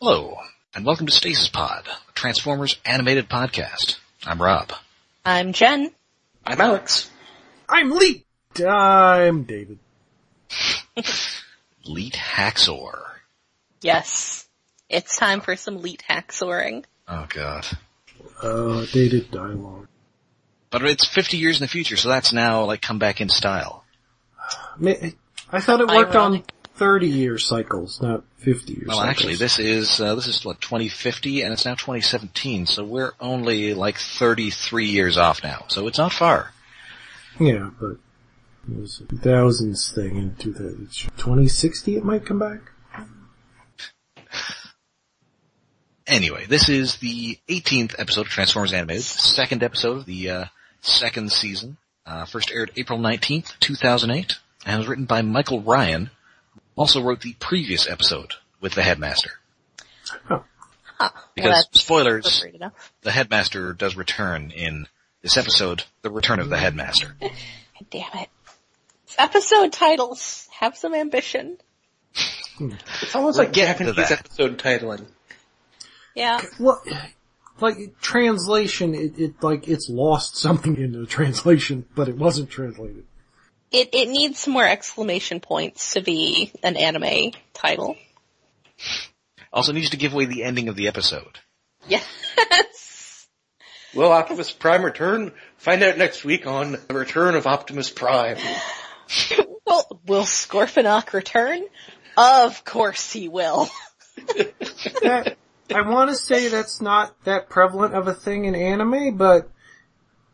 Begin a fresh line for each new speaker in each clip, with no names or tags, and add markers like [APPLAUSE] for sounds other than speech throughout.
Hello, and welcome to Stasis Pod, a Transformers animated podcast. I'm Rob.
I'm Jen.
I'm Alex.
I'm Lee. I'm David.
Leet Haxor.
Yes. It's time for some leet hacksoring.
Oh god.
Uh, dated dialogue.
But it's 50 years in the future, so that's now like come back in style.
Ma- I thought it worked on 30 year cycles, not 50 year
Well,
cycles.
actually, this is, uh, this is what, 2050, and it's now 2017, so we're only like 33 years off now, so it's not far.
Yeah, but it was a 2000s thing in 2000. 2060 it might come back?
Anyway, this is the 18th episode of Transformers Animated, second episode of the uh, second season. Uh, first aired April 19th, 2008, and was written by Michael Ryan, who also wrote the previous episode with the Headmaster.
Oh.
Huh.
Because,
well, that's
spoilers,
appropriate enough.
the Headmaster does return in this episode, The Return of the Headmaster.
Damn it. These episode titles have some ambition.
It's almost like
get to
Japanese
that.
episode titling.
Yeah.
Well, like, translation, it, it, like, it's lost something in the translation, but it wasn't translated.
It, it needs some more exclamation points to be an anime title.
Also needs to give away the ending of the episode.
Yes.
Will Optimus Prime return? Find out next week on The Return of Optimus Prime.
well, will Scorponok return? Of course he will.
that I want to say that's not that prevalent of a thing in anime, but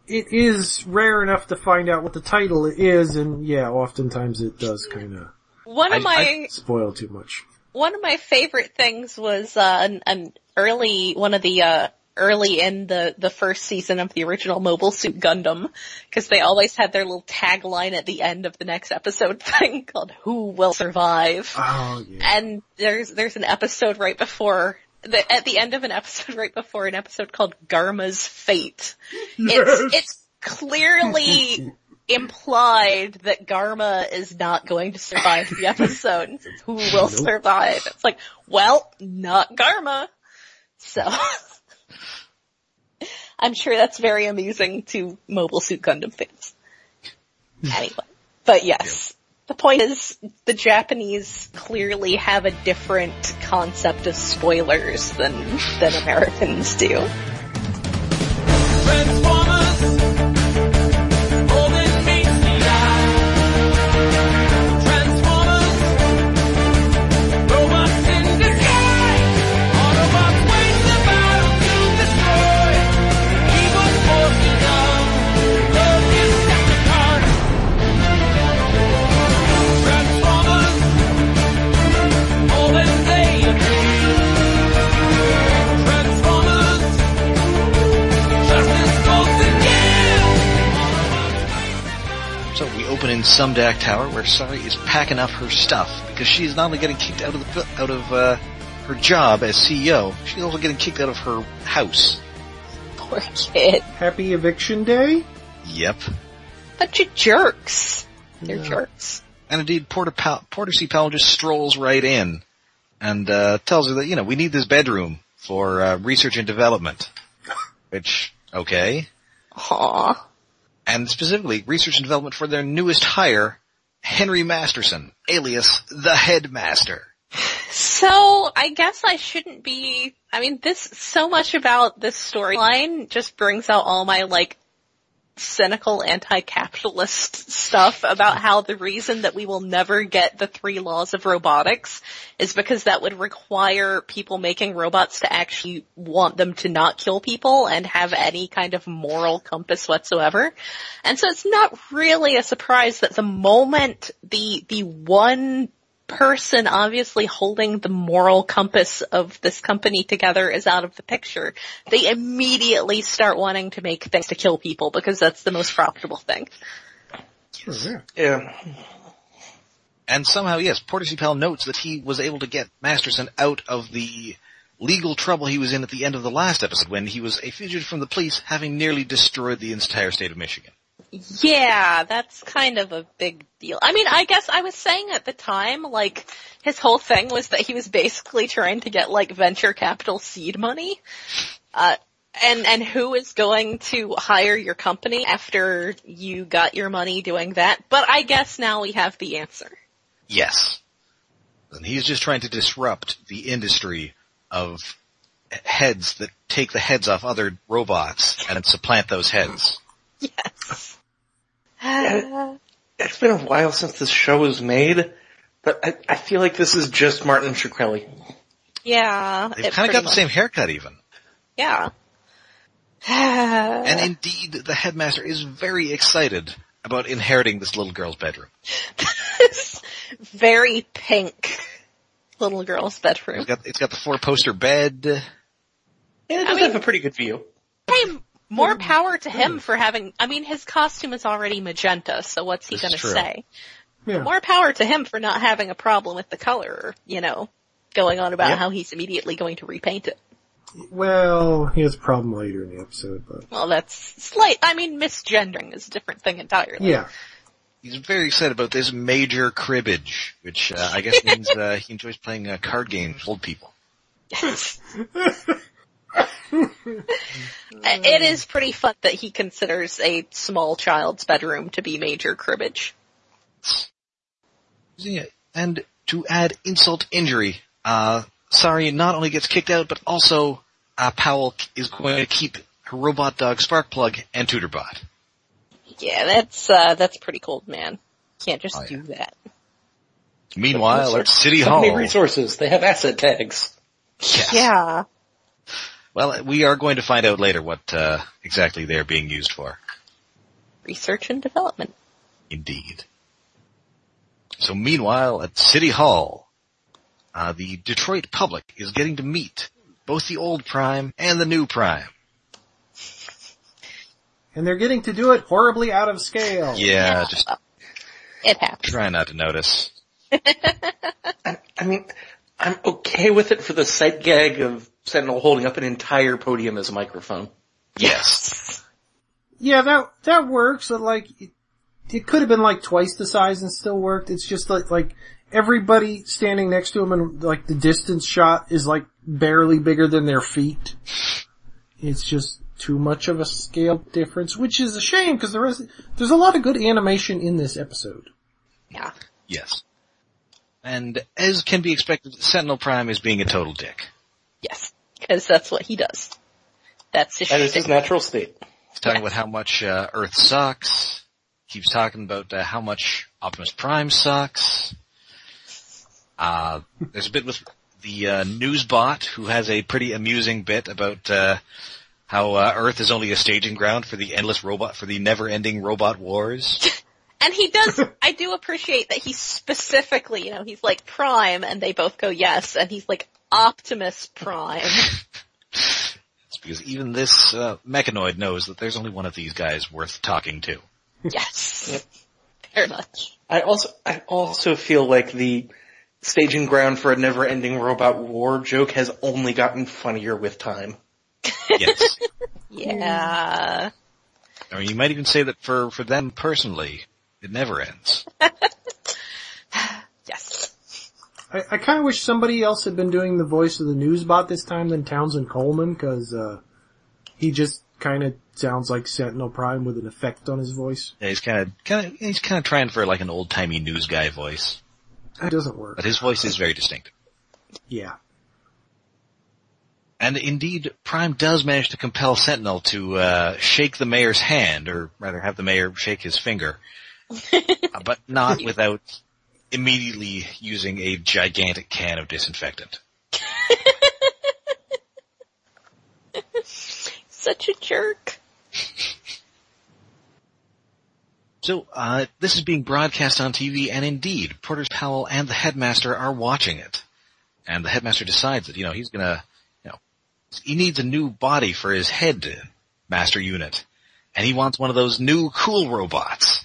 it is rare enough to find out what the title is, and yeah, oftentimes it does kind of
One of
I-
my,
I-
spoil too much.
one of my favorite things was uh, an, an early one of the uh, early in the the first season of the original Mobile Suit Gundam because they always had their little tagline at the end of the next episode [LAUGHS] thing called "Who will survive."
Oh yeah,
And there's there's an episode right before the, at the end of an episode [LAUGHS] right before an episode called Garma's Fate. It's it's clearly implied that Garma is not going to survive the episode. Who will
Nope.
survive? It's like, well, not Garma. So [LAUGHS] I'm sure that's very amusing to Mobile Suit Gundam fans. Anyway, but yes. The point is, the Japanese clearly have a different concept of spoilers than, than Americans do. [LAUGHS]
Transformers, all that meets the eye. Transformers, robots in disguise. Autobots wage the battle to destroy the evil forces of the Decepticons. Transformers, all that they agree. Transformers. Justice goes
So
again.
we open in Sumdak Tower, where Sari is packing up her stuff because she is not only getting kicked out of the, out of uh, her job as CEO, she's also getting kicked out of her house.
Poor kid.
happy eviction day.
Yep.
Bunch of jerks. They're
Yeah.
jerks.
And indeed, Porter Powell, Porter C. Powell just strolls right in and uh, tells her that you know we need this bedroom for uh, research and development. Which okay,
Aw.
and specifically research and development for their newest hire, Henry Masterson, alias the Headmaster.
So I guess I shouldn't be, I mean this, so much about this storyline just brings out all my like cynical anti-capitalist stuff about how the reason that we will never get the three laws of robotics is because that would require people making robots to actually want them to not kill people and have any kind of moral compass whatsoever. And so it's not really a surprise that the moment the, the one person obviously holding the moral compass of this company together is out of the picture, they immediately start wanting to make things to kill people because that's the most profitable thing.
Sure, yeah.
Yeah.
And somehow, yes, Porter C. Powell notes that he was able to get Masterson out of the legal trouble he was in at the end of the last episode when he was a fugitive from the police having nearly destroyed the entire state of Michigan.
Yeah, that's kind of a big deal. I mean, I guess I was saying at the time, like, his whole thing was that he was basically trying to get, like, venture capital seed money. Uh, and, and who is going to hire your company after you got your money doing that? But I guess now we have the answer.
Yes. And he's just trying to disrupt the industry of h- heads that take the heads off other robots and supplant those heads.
Yes.
It's been a while since this show was made, but I, I feel like this is just Martin Shkreli.
[SIGHS] yeah.
They've
it
kind
pretty
of got the
much-
same haircut even.
Yeah. [SIGHS]
And indeed, the headmaster is very excited about inheriting this little girl's bedroom.
this very pink little girl's bedroom.
It's got, it's got the four poster bed.
Yeah, it does have a pretty good view.
Hey, more power to
Hmm.
him for having, I mean, his costume is already magenta, so what's he
This is
gonna
true.
say?
Yeah.
More power to him for not having a problem with the color, or, you know, going on about
Yep.
how he's immediately going to repaint it.
Well, he has a problem later in the episode, but
Well, that's slight, I mean, misgendering is a different thing entirely.
yeah.
He's very excited about this major cribbage, which uh, I guess means uh, he enjoys playing uh, card games with old people.
Yes. it is pretty fun that he considers a small child's bedroom to be major cribbage.
Yeah, And to add insult injury, uh, Sari not only gets kicked out, but also uh, Powell is going to keep her robot dog Sparkplug and Tutorbot.
Yeah, that's uh that's pretty cold, man. Can't just
Oh, yeah.
do that.
Meanwhile, at City
So many
Hall,
resources. They have asset tags.
Yes.
Yeah.
Well, we are going to find out later what uh, exactly they're being used for.
Research and development.
Indeed. So meanwhile, at City Hall, uh, the Detroit public is getting to meet both the old Prime and the new Prime.
And they're getting to do it horribly out of scale.
Yeah, just
It happens.
try not to notice.
I mean, I'm okay with it for the sight gag of Sentinel holding up an entire podium as a microphone.
Yes.
Yeah, that that works. but, Like, it, it could have been like twice the size and still worked. It's just like like everybody standing next to him and like the distance shot is like barely bigger than their feet. It's just too much of a scale difference, which is a shame because the rest there's a lot of good animation in this episode.
Yeah.
Yes. And as can be expected, Sentinel Prime is being a total dick.
Yes. Cause that's what he does. That's his
That is
shtick.
his natural state.
He's talking about how much uh, Earth sucks. Keeps talking about uh, how much Optimus Prime sucks. Uh, there's a bit with the uh, news bot who has a pretty amusing bit about uh, how uh, Earth is only a staging ground for the endless robot for the never-ending robot wars.
And he does, I do appreciate that he specifically, you know, he's like prime and they both go yes and he's like Optimus Prime.
It's because even this uh, mechanoid knows that there's only one of these guys worth talking to.
yes. Very much.
I also, I also feel like the staging ground for a never-ending robot war joke has only gotten funnier with time.
Yes.
Yeah.
Or you might even say that for, for them personally, it never ends.
Yes.
I, I kind of wish somebody else had been doing the voice of the newsbot this time than Townsend Coleman because uh, he just kind of sounds like Sentinel Prime with an effect on his voice.
Yeah, he's kind of, kind of, he's kind of trying for like an old timey news guy voice,
That doesn't work.
but his voice is very distinctive.
Yeah.
And indeed, Prime does manage to compel Sentinel to uh, shake the mayor's hand, or rather, have the mayor shake his finger, uh, but not without immediately using a gigantic can of disinfectant.
Such a jerk.
So uh, this is being broadcast on TV, and indeed, Porter Powell and the headmaster are watching it. And the headmaster decides that you know he's gonna, you know, he needs a new body for his head master unit, and he wants one of those new cool robots.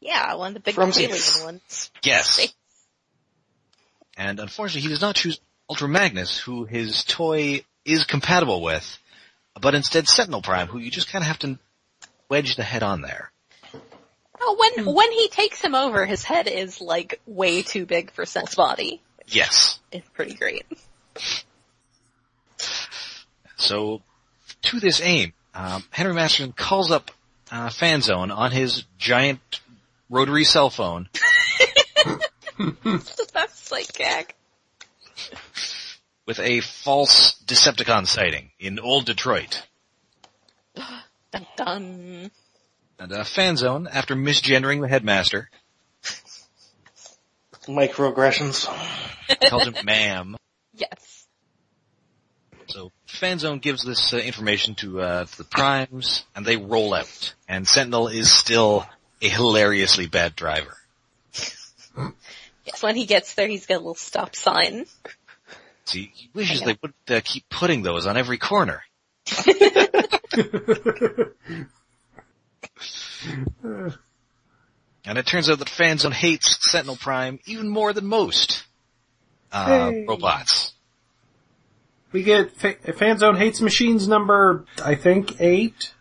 Yeah, one of the big
From
alien
Zeus.
ones.
Yes. And unfortunately, he does not choose Ultra Magnus, who his toy is compatible with, but instead Sentinel Prime, who you just kind of have to wedge the head on there.
Oh,
Hmm.
when when he takes him over, his head is like way too big for Sentinel's body.
Yes.
It's pretty great. [LAUGHS]
So, to this aim, um, Henry Masterson calls up uh, Fanzone on his giant rotary cell phone.
It's the best like gag.
with a false Decepticon sighting in Old Detroit.
Dun dun.
And uh, Fanzone, after misgendering the headmaster,
Microaggressions.
tells him ma'am.
Yes.
So Fanzone gives this uh, information to, uh, to the primes, and they roll out. And Sentinel is still a hilariously bad driver.
Yes. When he gets there, he's got a little stop sign.
See, he wishes they would uh, keep putting those on every corner. and it turns out that Fanzone hates Sentinel Prime even more than most uh,
Hey.
robots.
We get fa- Fanzone Hates Machines number, I think, eight,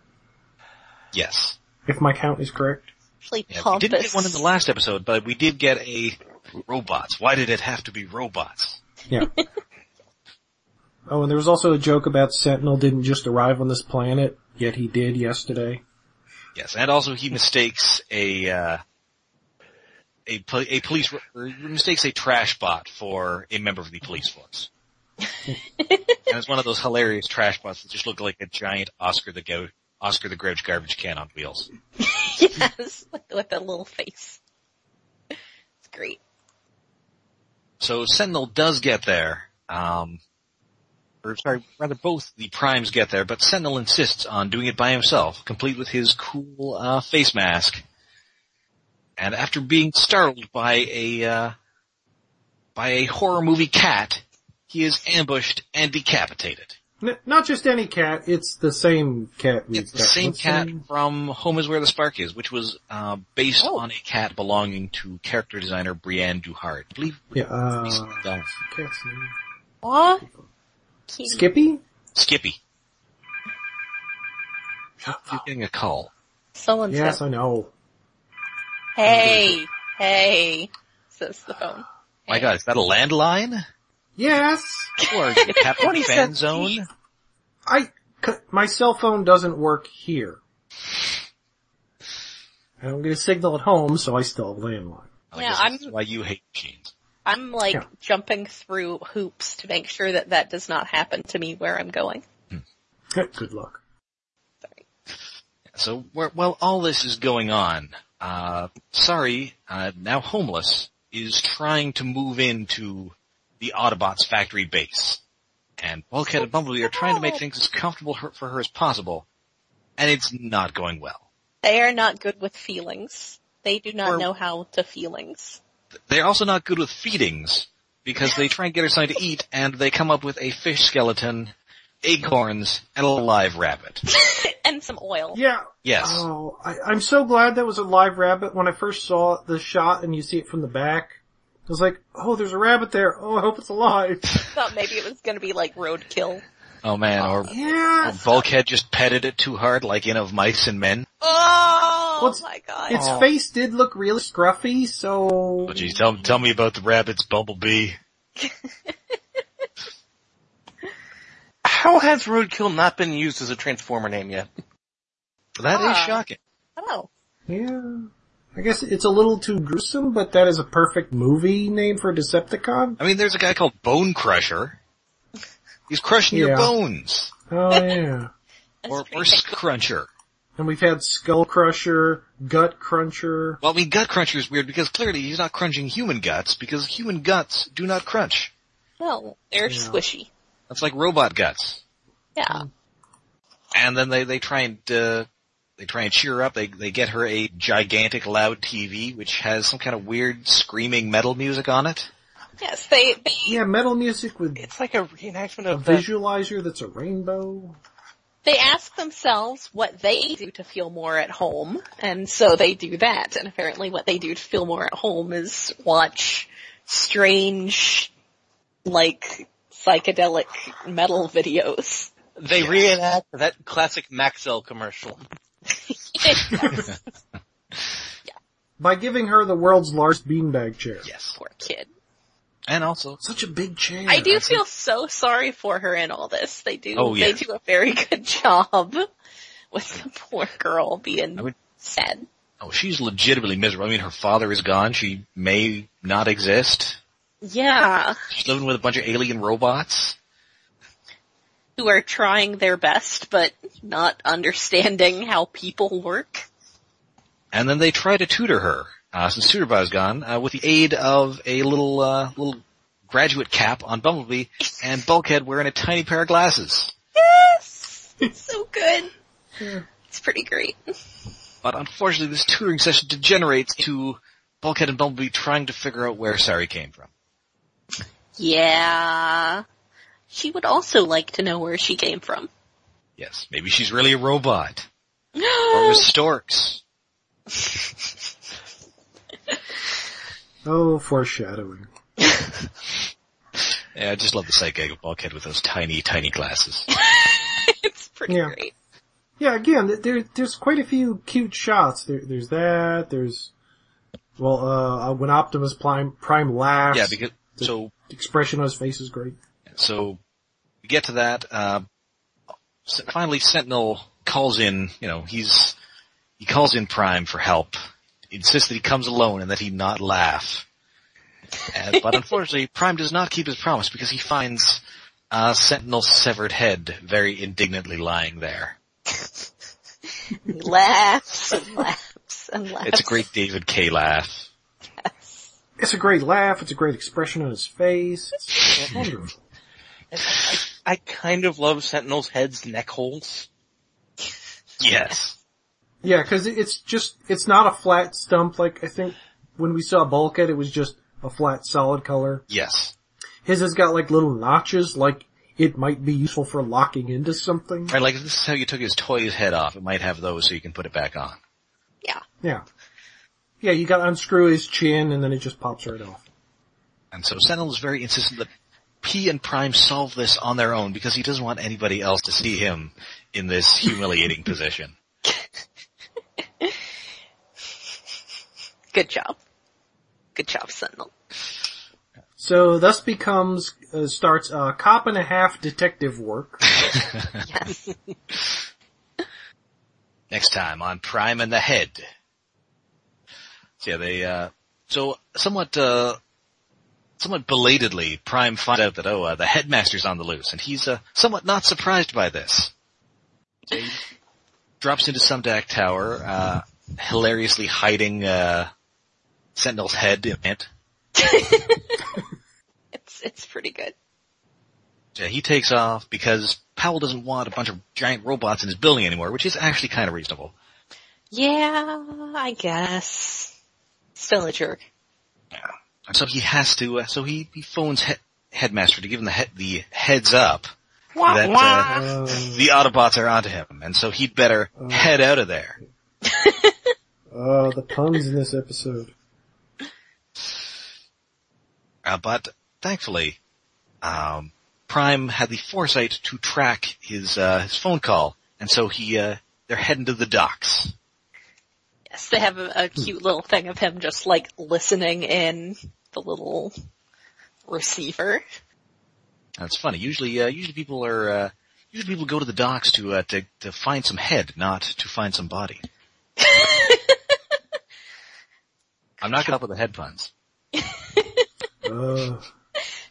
Yes.
if my count is correct.
Actually,
Yeah, we
pompous.
didn't get one in the last episode, but we did get a robots. Why did it have to be robots?
Yeah. [LAUGHS] oh, and there was also a joke about Sentinel didn't just arrive on this planet, yet he did yesterday.
Yes, and also he mistakes a uh, a, pol- a police or mistakes a trash bot for a member of the police force. and it's one of those hilarious trash bots that just look like a giant Oscar the Gou- Oscar the Grouch garbage can on wheels.
[LAUGHS] yes, with, with that little face. It's great.
So Sentinel does get there. Um, or sorry, rather both the primes get there, but Sentinel insists on doing it by himself, complete with his cool uh, face mask. And after being startled by a uh, by a horror movie cat, he is ambushed and decapitated.
N- not just any cat, it's the same cat we've
It's the
got.
same
What's
cat
the name? Oh.
from Home is Where the Spark Is, which was uh, based on a cat belonging to character designer Brienne Duhart. I believe
Yeah, uh,
uh,
cat's name.
Aw. Cute.
Skippy?
Skippy. You're getting a call.
Someone
Yes,
says,
I know.
hey, hey, says the phone.
My god, is that a landline?
Yes!
Or is it Captain Fan Zone?
I, c- my cell phone doesn't work here. I don't get a signal at home, so I still have a landline.
I
Yeah,
guess
I'm-
that's why you hate machines.
I'm like
Yeah.
jumping through hoops to make sure that that does not happen to me where I'm going.
Good luck.
So, where- while all this is going on, uh, sorry, uh, now homeless is trying to move into the Autobots factory base. And Bulkhead and Bumblebee are trying
Oh.
to make things as comfortable her- for her as possible, and it's not going well.
They are not good with feelings. They do not
Or-
know how to feelings. [LAUGHS]
They're also not good with feedings because they try and get her something to eat and they come up with a fish skeleton, acorns, and a live rabbit.
and some oil.
Yeah,
Yes.
Oh, I, I'm so glad that was a live rabbit. When I first saw the shot and you see it from the back, I was like, oh, there's a rabbit there. Oh, I hope it's alive.
Thought maybe it was gonna be like roadkill.
Oh man, or, or
Yeah.
Bulkhead just petted it too hard like in of Mice and Men.
Oh
Well, it's-
my god.
Its face did look really scruffy, so...
Oh geez, tell, tell me about the rabbits, Bumblebee.
How has Roadkill not been used as a Transformer name yet?
That is
Ah.
shocking.
Oh.
Yeah. I guess it's a little too gruesome, but that is a perfect movie name for a Decepticon.
I mean, there's a guy called Bone Crusher. He's crushing your
Yeah.
bones.
Oh yeah.
That's
Or,
pretty
or
big.
Cruncher.
And we've had Skull Crusher, Gut Cruncher.
Well, I mean, Gut Cruncher is weird because clearly he's not crunching human guts because human guts do not crunch.
No, they're squishy.
That's like robot guts.
Hmm.
Yeah.
and then they they try and uh, they try and cheer her up. They they get her a gigantic loud TV which has some kind of weird screaming metal music on it.
Yes, they, they
Yeah, metal music with
It's like a reenactment
a
of the
visualizer that's a rainbow.
they ask themselves what they do to feel more at home, and so they do that. And apparently what they do to feel more at home is watch strange, like, psychedelic metal videos.
[LAUGHS]
They reenact that classic Maxell commercial.
yes.
by giving her the world's largest beanbag chair.
Yes.
Poor kid.
And also,
Such a big chair.
[LAUGHS] I do feel so sorry for her in all this. They do,
Oh,
they
yeah.
do a very [LAUGHS] good job with the poor girl being
I would-
sad.
oh, she's legitimately miserable. I mean, her father is gone. She may not exist.
Yeah.
She's living with a bunch of alien robots.
Who are trying their best, but not understanding how people work.
And then they try to tutor her, uh, since Superbow's gone, uh, with the aid of a little, uh, little graduate cap on Bumblebee and Bulkhead wearing a tiny pair of glasses.
Yes! [LAUGHS] so good. It's pretty great.
But unfortunately this tutoring session degenerates to Bulkhead and Bumblebee trying to figure out where Sari came from.
Yeah. She would also like to know where she came from. [LAUGHS]
Yes, maybe she's really a robot. Or
No!
was Storks.
Oh, foreshadowing.
Yeah, I just love the sight gag of Bulkhead with those tiny, tiny glasses.
it's pretty
Yeah.
great.
Yeah, again, th- there, there's quite a few cute shots. There, there's that, there's, well, uh, when Optimus Prime, Prime laughs,
Yeah, because, so
the expression on his face is great.
So we get to that. Uh, s- finally, Sentinel calls in. You know, he's he calls in Prime for help. Insists that he comes alone and that he not laugh. Uh, but unfortunately, [LAUGHS] Prime does not keep his promise because he finds uh, Sentinel's severed head very indignantly lying there.
He laughs and [LAUGHS] laughs and laughs.
It's a great David K laugh.
It's a great laugh, it's a great expression on his face. It's wonderful.
I kind of love Sentinel's head's neck holes.
Yes.
Yeah, cause it- it's just, it's not a flat stump like I think when we saw Bulkhead it was just a flat solid color.
Yes.
His has got like little notches like it might be useful for locking into something.
Right, like if this is how you took his toy's head off, it might have those so you can put it back on.
Yeah.
Yeah. Yeah, you gotta unscrew his chin and then it just pops right off.
And so Sentinel is very insistent that P and Prime solve this on their own because he doesn't want anybody else to see him in this humiliating position.
Good job. Good job, Sentinel.
[LAUGHS]
So thus becomes, uh, starts a uh, cop and a half detective work.
Yes.
Next time on Prime and the Head. So yeah, they, uh, so somewhat, uh, somewhat belatedly, Prime finds out that, oh, uh, the headmaster's on the loose and he's, uh, somewhat not surprised by this. So he drops into Sumdac Tower, uh, hilariously hiding, uh, Sentinel's head in it.
it's, it's pretty good.
Yeah, he takes off because Powell doesn't want a bunch of giant robots in his building anymore, which is actually kind of reasonable.
Yeah, I guess. Still a jerk.
And so he has to, uh, so he, he phones he- Headmaster to give him the, he- the heads up that uh,
Um,
the Autobots are onto him, and so he'd better head out of there.
oh, the puns in this episode.
Uh, but thankfully, um, Prime had the foresight to track his uh, his phone call, and so he uh, they're heading to the docks.
Yes, they have a, a
hmm.
cute little thing of him just like listening in the little receiver.
That's funny. Usually, uh, usually people are, uh, usually people go to the docks to, uh, to, to find some head, not to find some body. I'm not gonna help with the head puns.
Uh,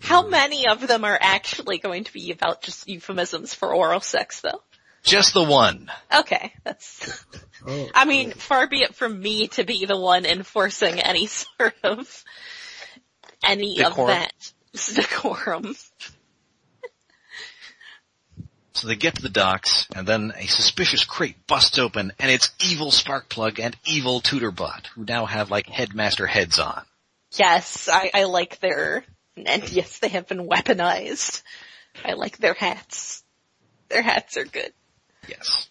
How many of them are actually going to be about just euphemisms for oral sex though?
Just the one.
Okay, that's,
oh.
I mean, far be it from me to be the one enforcing any sort of, any
Decorum.
of that decorum.
So they get to the docks, and then a suspicious crate busts open, and it's evil Sparkplug and evil Tutorbot, who now have like headmaster heads on.
Yes, I, I like their, and yes, they have been weaponized. I like their hats. Their hats are good.
Yes.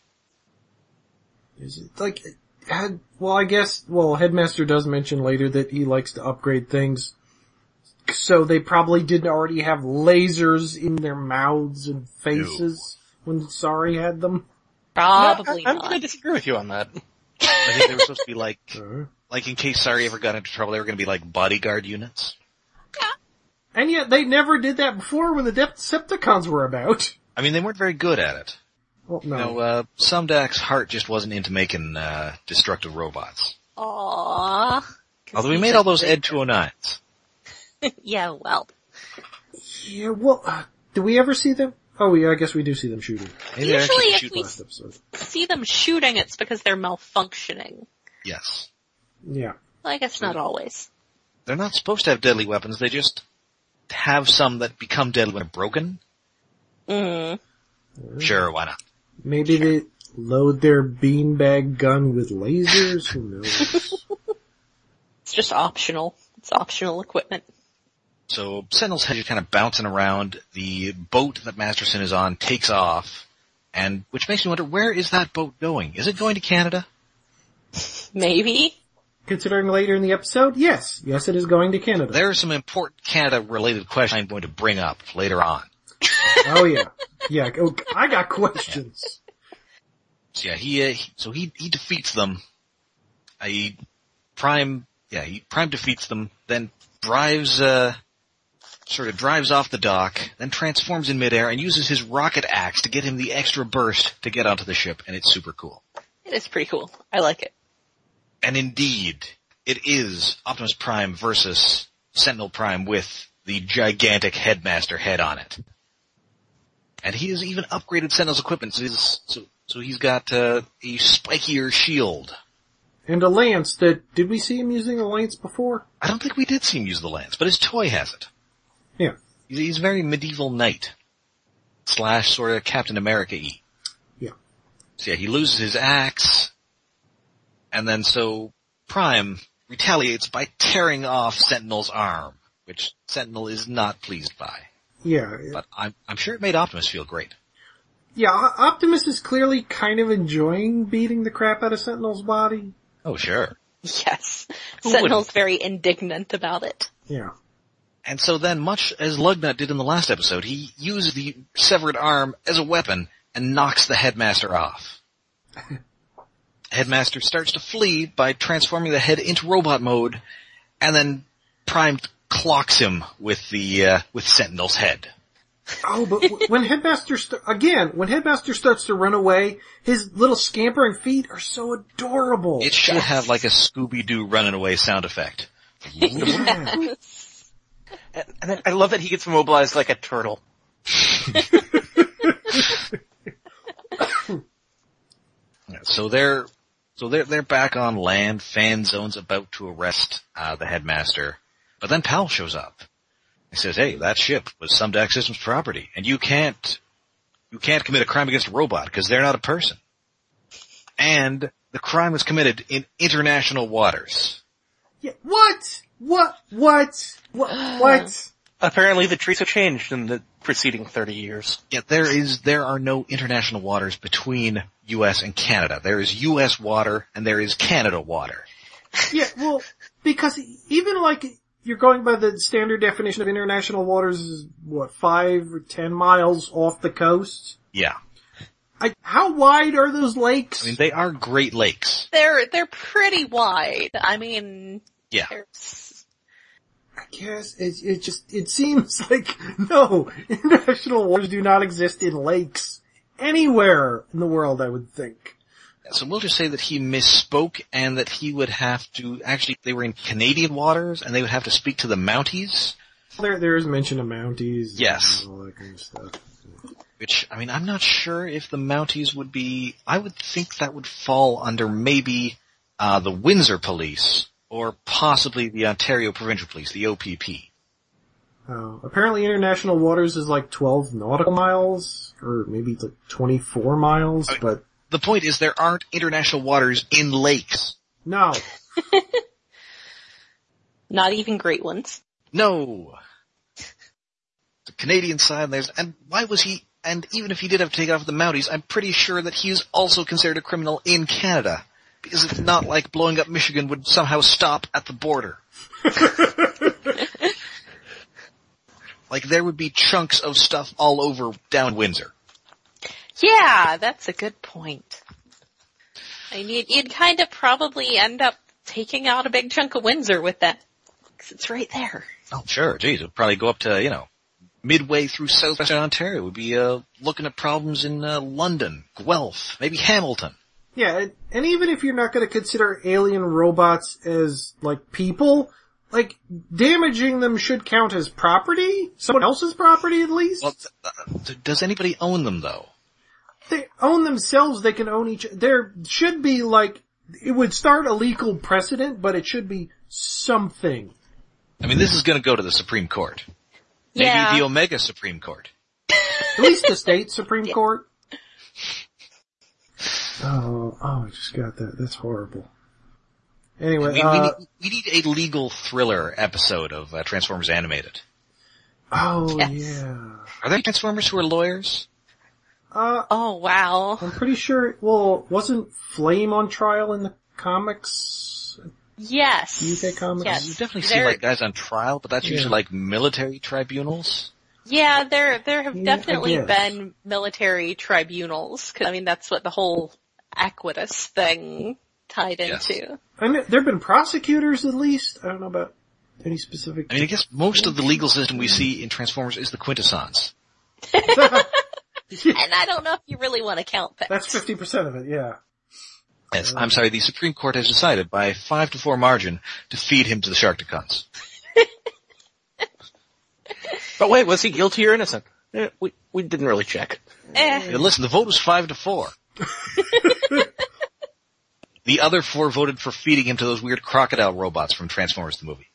Is it like had well I guess well headmaster does mention later that he likes to upgrade things. So they probably didn't already have lasers in their mouths and faces when Sari had them.
Probably
No, I, am
not.
gonna disagree with you on that.
I think they were supposed to be like,
Uh,
like in case Sorry ever got into trouble, they were going to be like bodyguard units.
And yet they never did that before when the Decepticons were about.
I mean, they weren't very good at it.
Well,
You
Oh.
know, uh, Sumdak's heart just wasn't into making uh, destructive robots.
Aww.
Although we made all those oh Ed 209s.
yeah, well.
Yeah, well, uh, do we ever see them? Oh, yeah, I guess we do see them shooting.
Maybe they're
Usually
actually
if
shoot
we-
less.
Last episode.
See them shooting, it's because they're malfunctioning.
Yes.
Yeah.
Well, I guess not always.
They're not supposed to have deadly weapons, they just have some that become deadly when broken.
Mm.
Sure, why not?
Maybe they load their beanbag gun with lasers? Who knows?
[LAUGHS]
It's just optional. It's optional equipment.
So Sentinel's head is kind of bouncing around. The boat that Masterson is on takes off, and which makes me wonder where is that boat going? Is it going to Canada?
Maybe.
Considering later in the episode, yes. Yes, it is going to Canada.
There are some important Canada-related questions I'm going to bring up later on.
Oh yeah. Yeah, oh, I got questions.
So yeah, he, uh, he so he he defeats them. I prime yeah he prime defeats them, then drives uh sort of drives off the dock, then transforms in midair and uses his rocket axe to get him the extra burst to get onto the ship, and it's super cool.
It is pretty cool. I like it. [LAUGHS]
And indeed, it is Optimus Prime versus Sentinel Prime with the gigantic headmaster head on it. And he has even upgraded Sentinel's equipment, so he's, so, so he's got uh, a spikier shield.
And a lance that, did we see him using a lance before?
I don't think we did see him use the lance, but his toy has it.
Yeah.
He's, he's very medieval knight. Slash sort of Captain America-y.
Yeah.
So yeah, he loses his axe, and then so Prime retaliates by tearing off Sentinel's arm, which Sentinel is not pleased by.
Yeah.
But I'm, I'm sure it made Optimus feel great.
Yeah, O- Optimus is clearly kind of enjoying beating the crap out of Sentinel's body.
Oh sure.
Yes.
Who
Sentinel's
wouldn't?
very indignant about it.
Yeah.
And so then, much as Lugnut did in the last episode, he used the severed arm as a weapon and knocks the headmaster off. headmaster starts to flee by transforming the head into robot mode, and then Prime clocks him with the uh, with Sentinel's head.
Oh, but w- when Headmaster st- again, when Headmaster starts to run away, his little scampering feet are so adorable.
It should have like a Scooby Doo running away sound effect.
Yeah.
And then I love that he gets mobilized like a turtle.
So they're so they're they're back on land. Fan zone's about to arrest uh, the headmaster, but then Powell shows up. He says, "Hey, that ship was Sumdac Systems property, and you can't you can't commit a crime against a robot because they're not a person, and the crime was committed in international waters."
Yeah, What? What? What? What?
[SIGHS]
What?
Apparently the treaties have changed in the preceding 30 years.
Yet there is there are no international waters between U.S. and Canada. There is U.S. water and there is Canada water.
Yeah, well, because even like you're going by the standard definition of international waters is what five or ten miles off the coast.
Yeah,
I, how wide are those lakes?
I mean they are Great Lakes.
They're, they're pretty wide. I mean,
Yeah.
there's,
I guess it, it just it seems [LAUGHS] like no international waters do not exist in lakes anywhere in the world. I would think.
So we'll just say that he misspoke and that he would have to, actually they were in Canadian waters and they would have to speak to the Mounties,
There there is mention of Mounties. and
Yes.
all that kind of stuff.
which, I mean, I'm not sure if the Mounties would be, I would think that would fall under maybe, uh, the Windsor Police or possibly the Ontario Provincial Police, the OPP.
Oh, apparently international waters is like 12 nautical miles, or maybe like 24 miles, but
The point is there aren't international waters in lakes.
no.
not even great ones.
No. The Canadian side, there's, and why was he, and even if he did have to take off the Mounties, I'm pretty sure that he is also considered a criminal in Canada. Because it's not like blowing up Michigan would somehow stop at the border. like there would be chunks of stuff all over down Windsor.
Yeah, that's a good point. I mean, you'd kind of probably end up taking out a big chunk of Windsor with that. 'Cause it's right there.
Oh, sure. Geez, it'll probably go up to, you know, midway through southwestern Ontario. We'd be, uh, looking at problems in, uh, London, Guelph, maybe Hamilton.
Yeah, and, and even if you're not going to consider alien robots as like people, like damaging them should count as property, someone else's property at least.
Well, th- uh, th- does anybody own them though?
they own themselves. They can own each. There should be like it would start a legal precedent, but it should be something.
I mean, this is gonna go to the Supreme Court. Maybe
yeah.
the Omega Supreme Court.
At least the state Supreme Court. Oh, oh, I just got that. That's horrible.
I
Anyway,
mean,
uh,
we, need, we need a legal thriller episode of uh, Transformers Animated.
oh
Yes.
yeah.
Are there Transformers who are lawyers?
Uh,
oh wow.
I'm pretty sure, well, wasn't Flame on trial in the comics?
Yes.
UK comics?
Yes.
You definitely see
There-
like guys on trial, but that's
Yeah.
usually like military tribunals.
Yeah, there there have
Yeah, I
definitely
guess.
been military tribunals. 'cause, I mean, that's what the whole Aquitus thing tied
Yes.
into.
I mean, there've been prosecutors at least. I don't know about any specific.
I mean, I guess most of the legal system we see in Transformers is the quintessence.
And I don't know if you really want to count that.
[LAUGHS] That's 50% of it, yeah.
Yes, I'm sorry, the Supreme Court has decided by five to four margin to feed him to the shark to cunts.
But Oh, wait, was he guilty or innocent? Eh, We, we didn't really check.
Eh,
Now, listen, the vote was five to four.
[LAUGHS]
the other four voted for feeding him to those weird crocodile robots from Transformers the movie.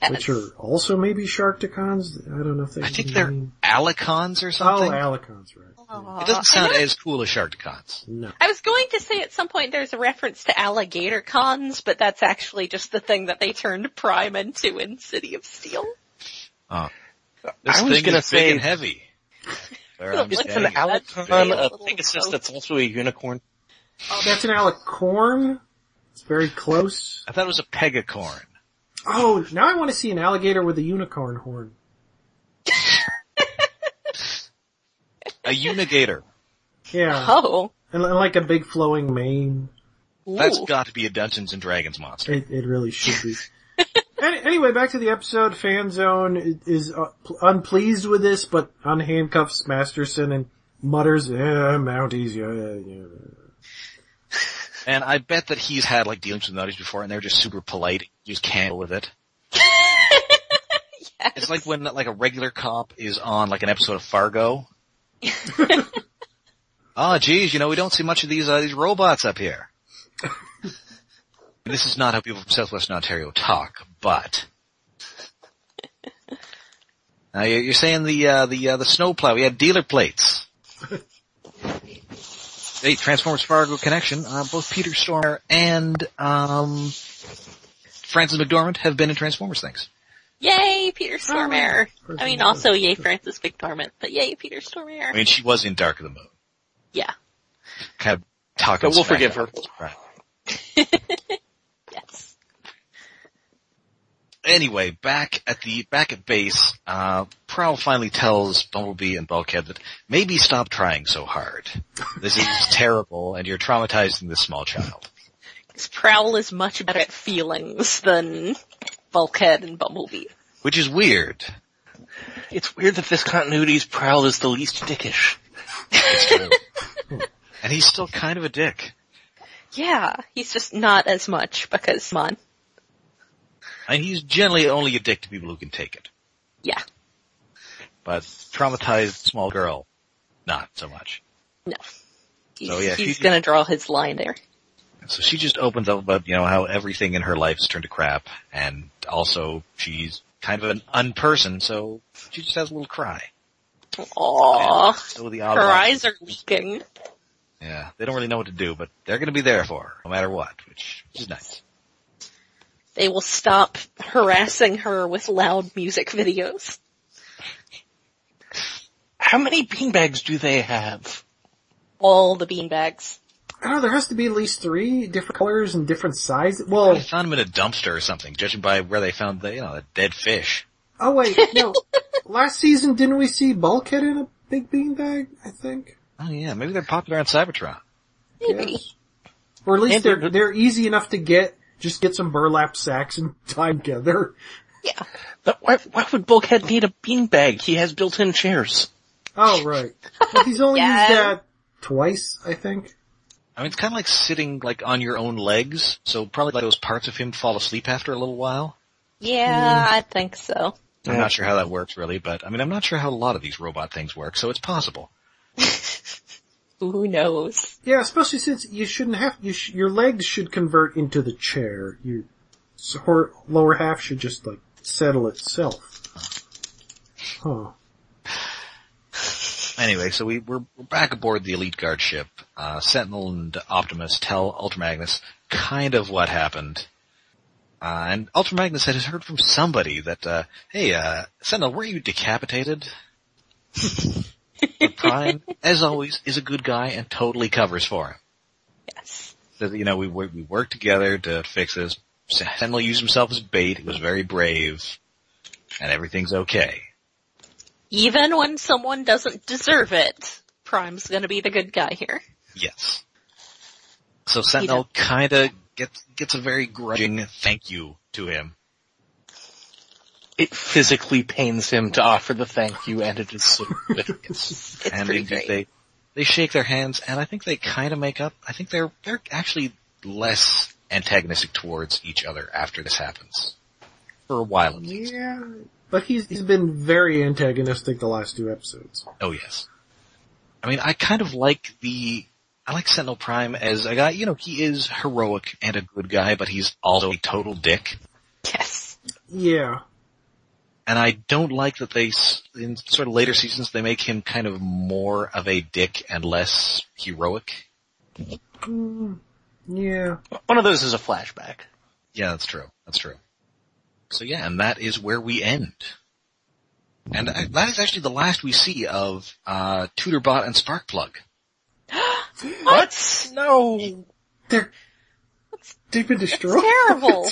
yes.
Which are also maybe Sharkticons? I don't know if they
I think they're
Mm-hmm.
mean-
Alicons or
Oh,
something.
Alicons, right.
Aw.
It doesn't
Uh, I
sound
know-
as cool as Sharkticons.
No.
I was going to say at some point there's a reference to alligator cons, but that's actually just the thing that they turned Prime into in City of Steel.
Uh, This
I was
thing
gonna
is
say-
big and
[LAUGHS]
heavy. There, um, I'm
It's
It's
saying
an
it.
alicon
That's
of
big.
Pegasus that's also a unicorn.
That's an alicorn. It's very close.
I thought it was a pegacorn.
Oh, now I want to see an alligator with a unicorn horn.
A unigator.
Yeah.
Oh.
And, and like a big flowing mane.
Ooh.
That's got to be a Dungeons and Dragons monster.
It, it really should be. Any, anyway, back to the episode. Fanzone i- is uh, pl- unpleased with this, but unhandcuffs Masterson and mutters, eh, Mounties, yeah, yeah, yeah.
And I bet that he's had like dealings with Nutties before and they're just super polite. You just can't deal with it. It's like when like a regular cop is on like an episode of Fargo. Ah, geez, you know, we don't see much of these, uh, these robots up here. this is not how people from Southwestern Ontario talk, but. Now you- you're saying the, uh, the, uh, the snowplow, we had dealer plates. Hey, Transformers Fargo connection, uh, both Peter Stormer and, um, Francis McDormand have been in Transformers things.
Yay, Peter Stormare. I mean,
Perfect.
also yay Francis McDormand, but yay, Peter Stormare.
I mean, she was in Dark of the Moon.
yeah.
Kind of talking.
But we'll
smack
forgive her.
about it. Right.
Yes.
Anyway, back at the back at base, uh, Prowl finally tells Bumblebee and Bulkhead that maybe stop trying so hard. This [LAUGHS] is terrible, and you're traumatizing this small child.
'Cause Prowl is much better at feelings than Bulkhead and Bumblebee.
Which is weird.
It's weird that this continuity's Prowl is the least dickish.
It's true. and he's still kind of a dick.
Yeah, he's just not as much because, come on.
I mean, he's generally only a dick to people who can take it.
Yeah.
But traumatized small girl, not so much.
No. He's,
So, yeah,
he's
she-
gonna draw his line there.
So she just opens up about, you know, how everything in her life's turned to crap and also she's kind of an unperson, so she just has a little cry.
Aww.
So the
Her
Autobots-
eyes are leaking.
Yeah, they don't really know what to do, but they're gonna be there for her, no matter what, which is nice.
They will stop harassing her with loud music videos.
How many beanbags do they have?
All the beanbags.
I don't know, there has to be at least three different colors and different sizes. Well,
They found him in a dumpster or something, judging by where they found the, you know, the dead fish.
oh wait, no. Last season, didn't we see Bulkhead in a big beanbag? I think.
Oh yeah, maybe they're popular on Cybertron.
Maybe.
Or at least
And
they're
they're-
they're easy enough to get Just get some burlap sacks and [LAUGHS] tie 'em together.
But why, why would Bulkhead need a beanbag? He has built-in chairs.
Oh, right. Well, he's only
Yes.
used that twice, I think.
I mean, it's kind of like sitting like on your own legs, so probably let those parts of him fall asleep after a little while.
Yeah, I think so.
I'm
Yeah.
not sure how that works really, but I mean, I'm not sure how a lot of these robot things work, so it's possible.
Who knows?
Yeah, especially since you shouldn't have, you sh- your legs should convert into the chair. Your s- hor- lower half should just like settle itself. Huh.
Anyway, so we, we're, we're back aboard the Elite Guard ship. Uh, Sentinel and Optimus tell Ultramagnus kind of what happened. Uh, and Ultramagnus had heard from somebody that, uh, hey, uh, Sentinel, were you decapitated? but Prime, as always, is a good guy and totally covers for him.
Yes.
that you know we we we worked together to fix this. Sentinel used himself as bait. It was very brave, and everything's okay.
Even when someone doesn't deserve it, Prime's gonna be the good guy here.
Yes. So Sentinel kind of gets gets a very grudging thank you to him.
It physically pains him to offer the thank you, and it is so [LAUGHS] good.
It's
and
pretty
indeed
great.
they they shake their hands, and I think they kind of make up. I think they're they're actually less antagonistic towards each other after this happens. For a while at least.
Yeah. But he's, he's been very antagonistic the last two episodes.
Oh yes. I mean, I kind of like the, I like Sentinel Prime as a guy, you know, he is heroic and a good guy, but he's also a total dick.
Yes.
Yeah.
And I don't like that they, s- in sort of later seasons, they make him kind of more of a dick and less heroic.
Yeah.
One of those is a flashback.
Yeah, that's true. That's true. So yeah, and that is where we end. And I- that is actually the last we see of, uh, Tutorbot and Sparkplug.
What?
No.
They're, they've been destroyed.
Terrible.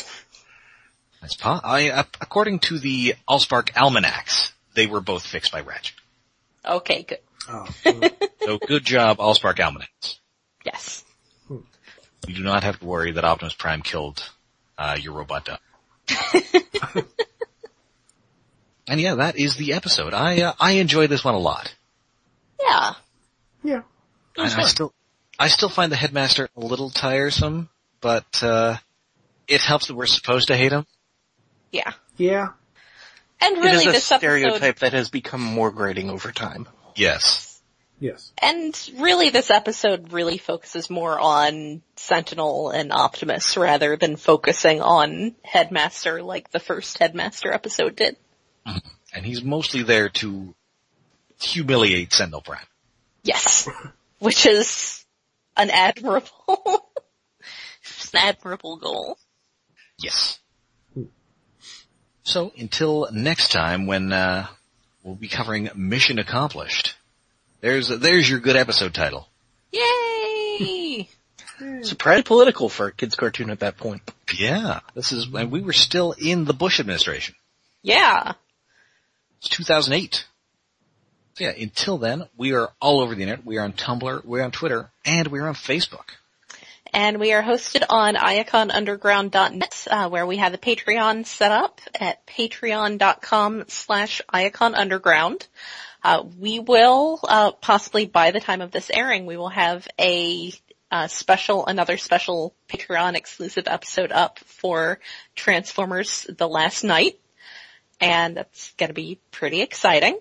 That's po- I, uh, according to the Allspark almanacs, they were both fixed by Ratchet.
[LAUGHS] Okay, good.
[LAUGHS] Oh, well,
So good job, Allspark almanacs.
Yes.
You do not have to worry that Optimus Prime killed uh, your robot dog. [LAUGHS] and yeah, that is the episode. I uh, I enjoyed this one a lot.
Yeah.
yeah.
I, I
fun.
still I still find the headmaster a little tiresome, but uh, it helps that we're supposed to hate him.
Yeah.
Yeah.
And
It is
really
a
this episode,
stereotype that has become more grating over time.
Yes.
Yes.
and really this episode really focuses more on Sentinel and Optimus rather than focusing on Headmaster like the first Headmaster episode did.
And he's mostly there to humiliate Sendel Prime.
[LAUGHS] Yes. Which is an admirable, [LAUGHS] just an admirable goal.
Yes. So until next time when uh, we'll be covering Mission Accomplished. There's there's your good episode title.
Yay!
Surprised political for a kid's cartoon at that point.
Yeah, this is and we were still in the Bush administration.
[LAUGHS] yeah.
It's 2008. So yeah, until then, we are all over the internet. We are on Tumblr, we're on Twitter, and we're on Facebook.
And we are hosted on iaconunderground.net, uh, where we have a Patreon set up at patreon.com slash iaconunderground. Uh, we will, uh, possibly by the time of this airing, we will have a, uh, special, another special Patreon exclusive episode up for Transformers The Last Night. And that's gonna be pretty exciting.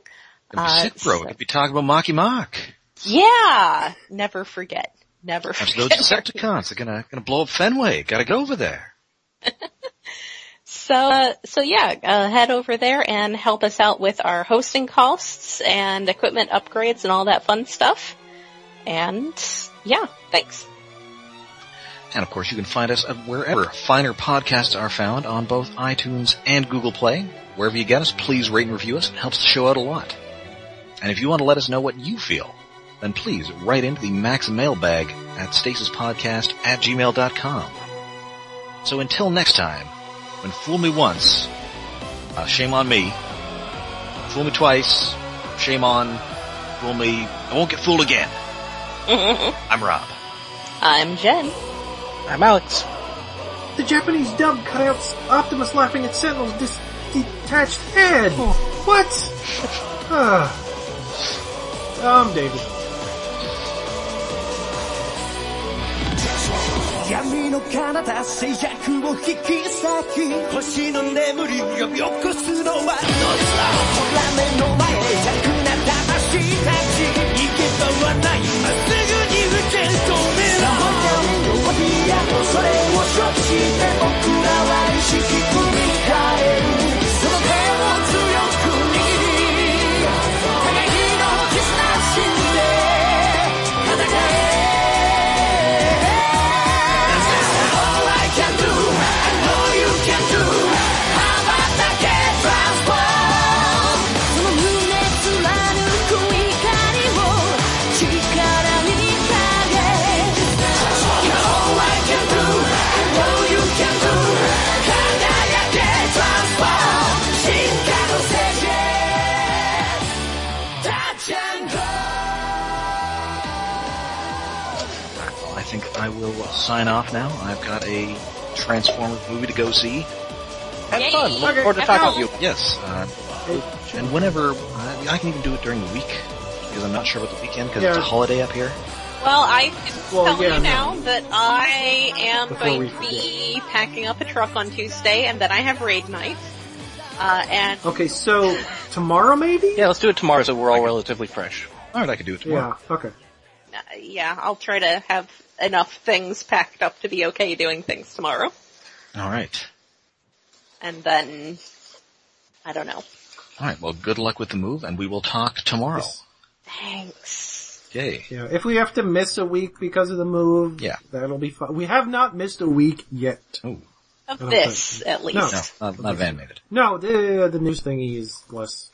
It'll be
Uh,
sick, bro.
so-
We'll be talking about Mocky Mock.
Yeah! Never forget. Never
That's
[LAUGHS]
those
forget. where you
Decepticons. They're gonna gonna blow up Fenway. Gotta get over there.
So, uh, so yeah, uh, head over there and help us out with our hosting costs and equipment upgrades and all that fun stuff. And yeah, thanks.
And of course, you can find us wherever finer podcasts are found on both iTunes and Google Play. Wherever you get us, please rate and review us. It helps the show out a lot. And if you want to let us know what you feel, then please write into the Max mailbag at stasispodcast at gmail.com. So until next time, when fool me once, uh, shame on me. Fool me twice, shame on, fool me, I won't get fooled again. I'm Rob.
I'm Jen.
I'm Alex.
The Japanese dub cut out S- Optimus laughing at Sentinel's dis- detached head. What? Ah. um, David.
闇の彼方制約を引き裂き星の眠り呼び起こすのはどいつだ [LAUGHS] 空目の前弱な魂たち行け場はないまっすぐに受け止めろ弱火や恐れを処置して僕らは意識組み換えるその手を強く握り互いの絆信じて戦え All I can do, I know you can do. How about that get transformed?
その胸貫く怒りを力に変え
All I can do, I know you can do. 輝け transform. 進化の聖者 Touch and go.
Well, I think I will uh, sign off now. I've got a Transformers movie to go see. Have
Yay.
fun. Look forward to
Okay.
talking to you. Yes. Uh, and whenever, uh, I can even do it during the week because I'm not sure about the weekend because it's a
Yeah.
holiday up here.
Well, I can
Well,
tell
yeah,
you
no.
now that I am
Before
going
we
to be packing up a truck on Tuesday and then I have raid night. Uh, and
Okay, so tomorrow maybe?
Yeah, let's do it tomorrow so we're all relatively fresh.
All right, I can do it tomorrow.
Yeah, okay.
uh, yeah, I'll try to have enough things packed up to be okay doing things tomorrow.
All right.
And then, I don't know.
All right. Well, good luck with the move, and we will talk tomorrow.
Thanks.
Yay.
Yeah, if we have to miss a week because of the move,
Yeah.
that'll be fun. We have not missed a week yet.
Oh
Of
don't
this, at least.
no, not, not Van made it.
No, the the news thingy is less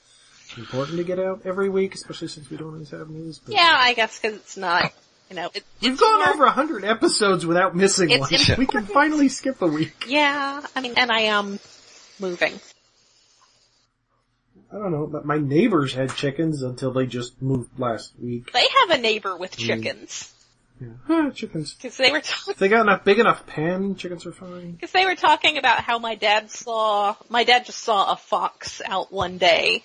important to get out every week, especially since we don't always have news. But
Yeah, I guess because it's not, you know, it,
We've
it's
gone
more-
over a hundred episodes without missing
It's
one. [LAUGHS]
important.
We can finally skip a week.
Yeah, I mean, and I am moving.
I don't know, but my neighbors had chickens until they just moved last week.
They have a neighbor with
Mm.
chickens
Yeah. Huh, chickens.
because they were talking.
If they got enough big enough pen, chickens are fine.
Because they were talking about how my dad saw, my dad just saw a fox out one day.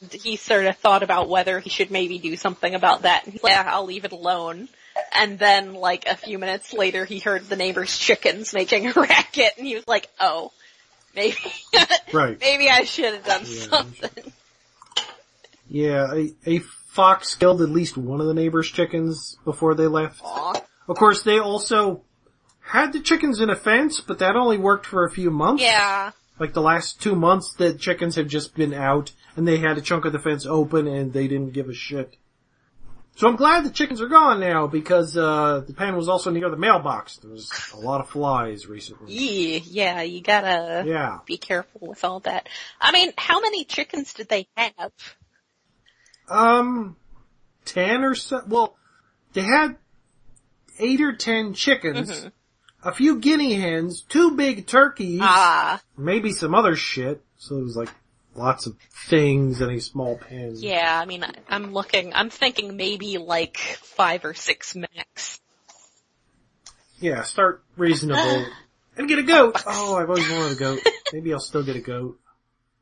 And he sort of thought about whether he should maybe do something about that. And he's like, yeah, I'll leave it alone. And then like a few minutes later he heard the neighbor's chickens making a racket and he was like, oh, maybe, [LAUGHS]
Right.
maybe I should have done
Yeah.
something. [LAUGHS]
Yeah, a, a fox killed at least one of the neighbors' chickens before they left.
Aw.
Of course, they also had the chickens in a fence, but that only worked for a few months.
Yeah.
Like the last two months that chickens have just been out and they had a chunk of the fence open and they didn't give a shit. So I'm glad the chickens are gone now because, uh, the pen was also near the mailbox. There was a lot of flies recently.
Yeah, yeah, you gotta
Yeah.
be careful with all that. I mean, how many chickens did they have?
Hmm. Um, ten or so, well, they had eight or ten chickens, a few guinea hens, two big turkeys,
Ah,
maybe some other shit. So it was like lots of things in a small pen.
yeah, I mean, I- I'm looking, I'm thinking maybe like five or six max.
Yeah, start reasonable. and get a goat! Oh, I've always wanted a goat. Maybe I'll still get a goat.